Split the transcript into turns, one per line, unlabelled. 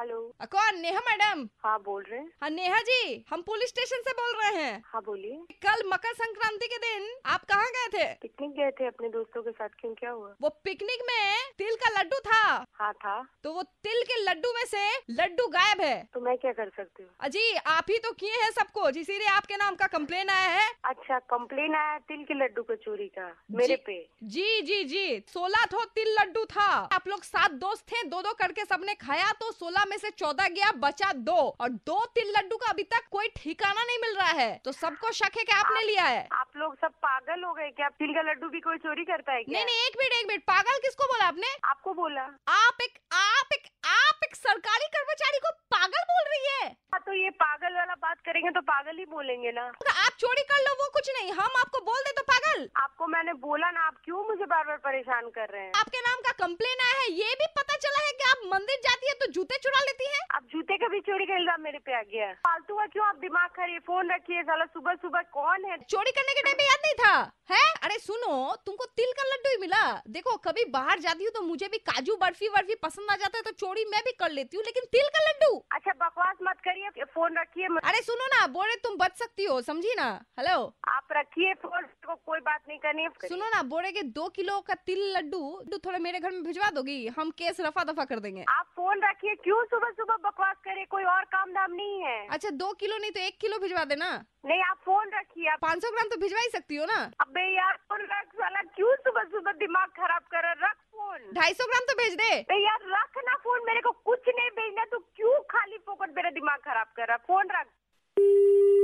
Hello
अ, कौन Neha madam
हाँ बोल रहे हैं
हाँ नेहा जी हम पुलिस स्टेशन से बोल रहे हैं
हाँ बोलिए
कल मकर संक्रांति के दिन आप कहाँ गए थे
पिकनिक गए थे अपने दोस्तों के साथ क्यों क्या हुआ
वो पिकनिक में तिल का लड्डू था
हाँ था
तो वो तिल के लड्डू में से लड्डू गायब है
तो मैं क्या कर सकती हूँ
अजी आप ही तो किए हैं सब कुछ इसीलिए आपके नाम का कम्प्लेन आया है
अच्छा कंप्लेन आया तिल के लड्डू का चोरी का मेरे
जी-
पे
जी जी जी सोलह तो तिल लड्डू था आप लोग सात दोस्त थे दो दो करके सबने खाया तो सोलह में से चौदह गया बचा दो और दो तिल लड्डू का अभी तक कोई ठिकाना नहीं मिल रहा है तो सबको शक है कि आपने लिया है
आप लोग सब पागल हो गए क्या तिल का लड्डू भी कोई चोरी करता है क्या
नहीं नहीं एक मिनट एक मिनट पागल किसको बोला आपने
आपको बोला हाँ,
आप एक आप एक आप एक सरकारी कर्मचारी को पागल बोल रही है
तो ये पागल वाला बात करेंगे तो पागल ही बोलेंगे ना
अगर आप चोरी कर लो वो कुछ नहीं हम आपको बोल दे तो पागल
आपको मैंने बोला ना आप क्यों मुझे बार बार परेशान कर रहे हैं
आपके नाम का कंप्लेन आया है ये भी पता चला है कि आप मंदिर जाती है तो जूते चुरा लेती है
आप जूते का भी चोरी का इल्जाम मेरे पे आ गया है। फालतू का क्यों आप दिमाग खा रही है फोन रखिए साला सुबह सुबह कौन है
चोरी करने के टाइम पे याद नहीं था है अरे सुनो तुमको तिल का लड्डू ही मिला देखो कभी बाहर जाती हूँ तो मुझे भी काजू बर्फी बर्फी पसंद आ जाता है तो चोरी मैं भी कर लेती हूँ लेकिन तिल का लड्डू
अच्छा बकवास मत करिए फोन रखिए मत-
अरे सुनो ना बोले तुम बच सकती हो समझी ना हेलो
आप रखिए फोन को कोई बात नहीं करनी है
सुनो ना बोरे के दो किलो का तिल लड्डू लड्डू थोड़ा मेरे घर में भिजवा दोगी हम केस रफा दफा कर देंगे
आप फोन रखिए क्यों सुबह सुबह बकवास करे कोई और काम धाम नहीं है
अच्छा दो किलो नहीं तो एक किलो भिजवा देना
नहीं आप फोन रखिए आप
पाँच सौ ग्राम तो भिजवा ही सकती हो ना
अबे यार फोन रख साला क्यों सुबह सुबह दिमाग खराब कर रहा है? रख फोन
ढाई सौ ग्राम तो भेज दे
अबे यार रख ना फोन मेरे को कुछ नहीं भेजना तो क्यों खाली फोकट मेरा दिमाग खराब कर रहा है? फोन रख